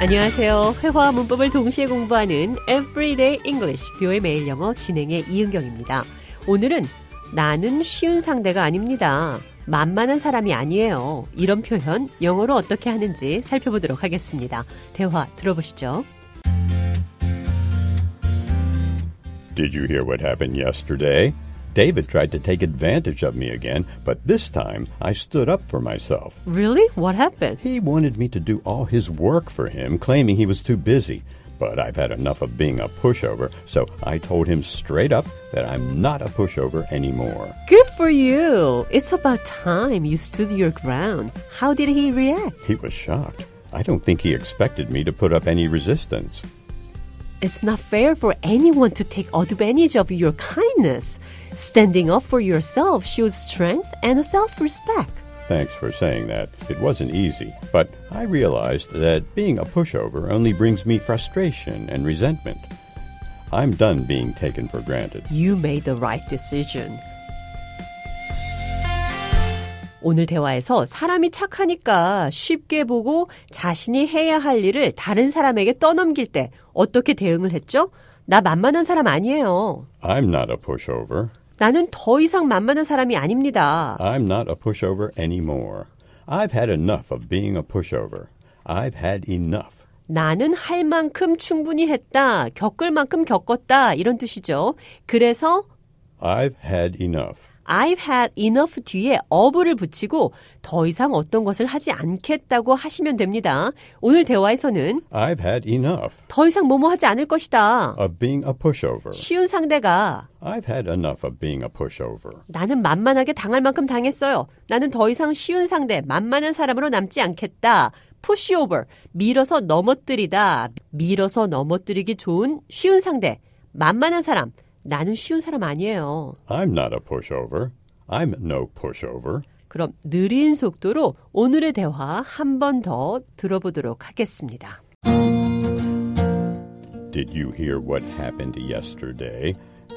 안녕하세요. 회화와 문법을 동시에 공부하는 Everyday English 뷰의 매일 영어 진행의 이은경입니다. 오늘은 나는 쉬운 상대가 아닙니다. 만만한 사람이 아니에요. 이런 표현 영어로 어떻게 하는지 살펴보도록 하겠습니다. 대화 들어보시죠. Did you hear what happened yesterday? David tried to take advantage of me again, but this time I stood up for myself. Really? What happened? He wanted me to do all his work for him, claiming he was too busy. But I've had enough of being a pushover, so I told him straight up that I'm not a pushover anymore. Good for you. It's about time you stood your ground. How did he react? He was shocked. I don't think he expected me to put up any resistance. It's not fair for anyone to take advantage of your kindness. Standing up for yourself shows strength and self-respect. Thanks for saying that. It wasn't easy, but I realized that being a pushover only brings me frustration and resentment. I'm done being taken for granted. You made the right decision. 오늘 대화에서 사람이 착하니까 쉽게 보고 자신이 해야 할 일을 다른 사람에게 떠넘길 때 어떻게 대응을 했죠? 나 만만한 사람 아니에요. I'm not a pushover. 나는 더 이상 만만한 사람이 아닙니다. I'm not a pushover anymore. I've had enough of being a pushover. I've had enough. 나는 할 만큼 충분히 했다. 겪을 만큼 겪었다. 이런 뜻이죠. 그래서 I've had enough. I've had enough 뒤에 어부를 붙이고 더 이상 어떤 것을 하지 않겠다고 하시면 됩니다. 오늘 대화에서는 I've had enough 더 이상 뭐뭐 하지 않을 것이다. of being a pushover. 쉬운 상대가 I've had enough of being a pushover. 나는 만만하게 당할 만큼 당했어요. 나는 더 이상 쉬운 상대, 만만한 사람으로 남지 않겠다. 푸시오버, 밀어서 넘어뜨리다. 밀어서 넘어뜨리기 좋은 쉬운 상대, 만만한 사람. 나는 쉬운 사람 아니에요. I'm not a pushover. I'm no pushover. 그럼 느린 속도로 오늘의 대화 한 번 더 들어보도록 하겠습니다. Did you hear what happened yesterday?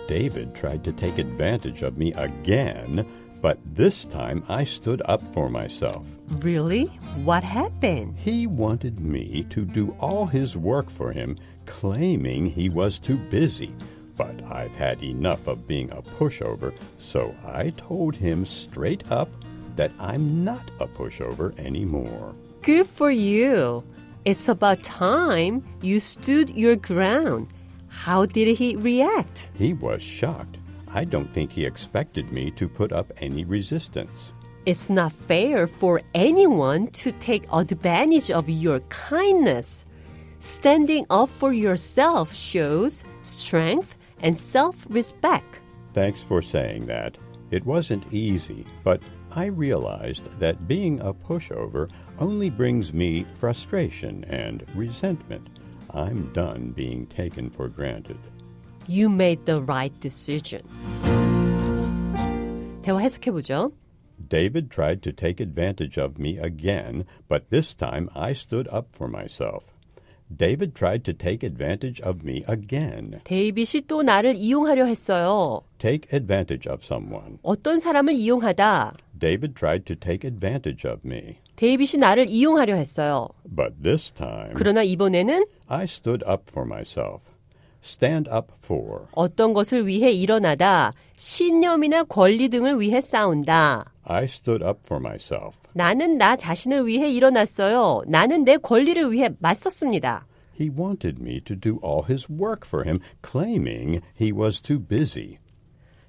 David tried to take advantage of me again, but this time I stood up for myself. Really? What happened? He wanted me to do all his work for him, claiming he was too busy. But I've had enough of being a pushover, so I told him straight up that I'm not a pushover anymore. Good for you. It's about time you stood your ground. How did he react? He was shocked. I don't think he expected me to put up any resistance. It's not fair for anyone to take advantage of your kindness. Standing up for yourself shows strength and self respect. Thanks for saying that. It wasn't easy, but I realized that being a pushover only brings me frustration and resentment. I'm done being taken for granted. You made the right decision. 대화 해석해보죠. David tried to take advantage of me again, but this time I stood up for myself. David tried to take advantage of me again. 데이빗이 또 나를 이용하려 했어요. Take advantage of someone. 어떤 사람을 이용하다. David tried to take advantage of me, 데이빗이 나를 이용하려 했어요. but this time. 그러나 이번에는 I stood up for myself. Stand up for. 어떤 것을 위해 일어나다. 신념이나 권리 등을 위해 싸운다. I stood up for myself. 나는 나 자신을 위해 일어났어요. 나는 내 권리를 위해 맞섰습니다. He wanted me to do all his work for him, claiming he was too busy.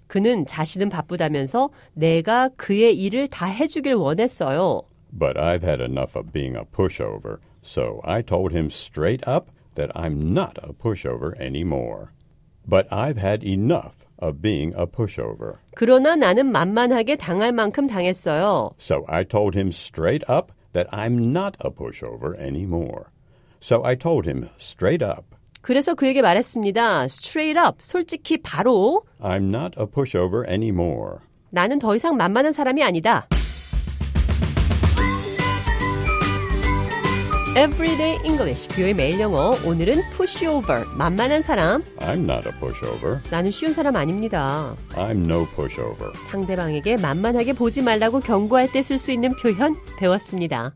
그는 자신은 바쁘다면서 내가 그의 일을 다 해주길 원했어요. But I've had enough of being a pushover, so I told him straight up that I'm not a pushover anymore. But I've had enough of being a pushover, 그러나 나는 만만하게 당할 만큼 당했어요. so I told him straight up that I'm not a pushover anymore. So I told him straight up 그래서 그에게 말했습니다. Straight up, 솔직히 바로 I'm not a pushover anymore. 나는 더 이상 만만한 사람이 아니다. Everyday English, 뷰의 매일 영어. 오늘은 pushover, 만만한 사람. I'm not a pushover. 나는 쉬운 사람 아닙니다. I'm no pushover. 상대방에게 만만하게 보지 말라고 경고할 때 쓸 수 있는 표현 배웠습니다.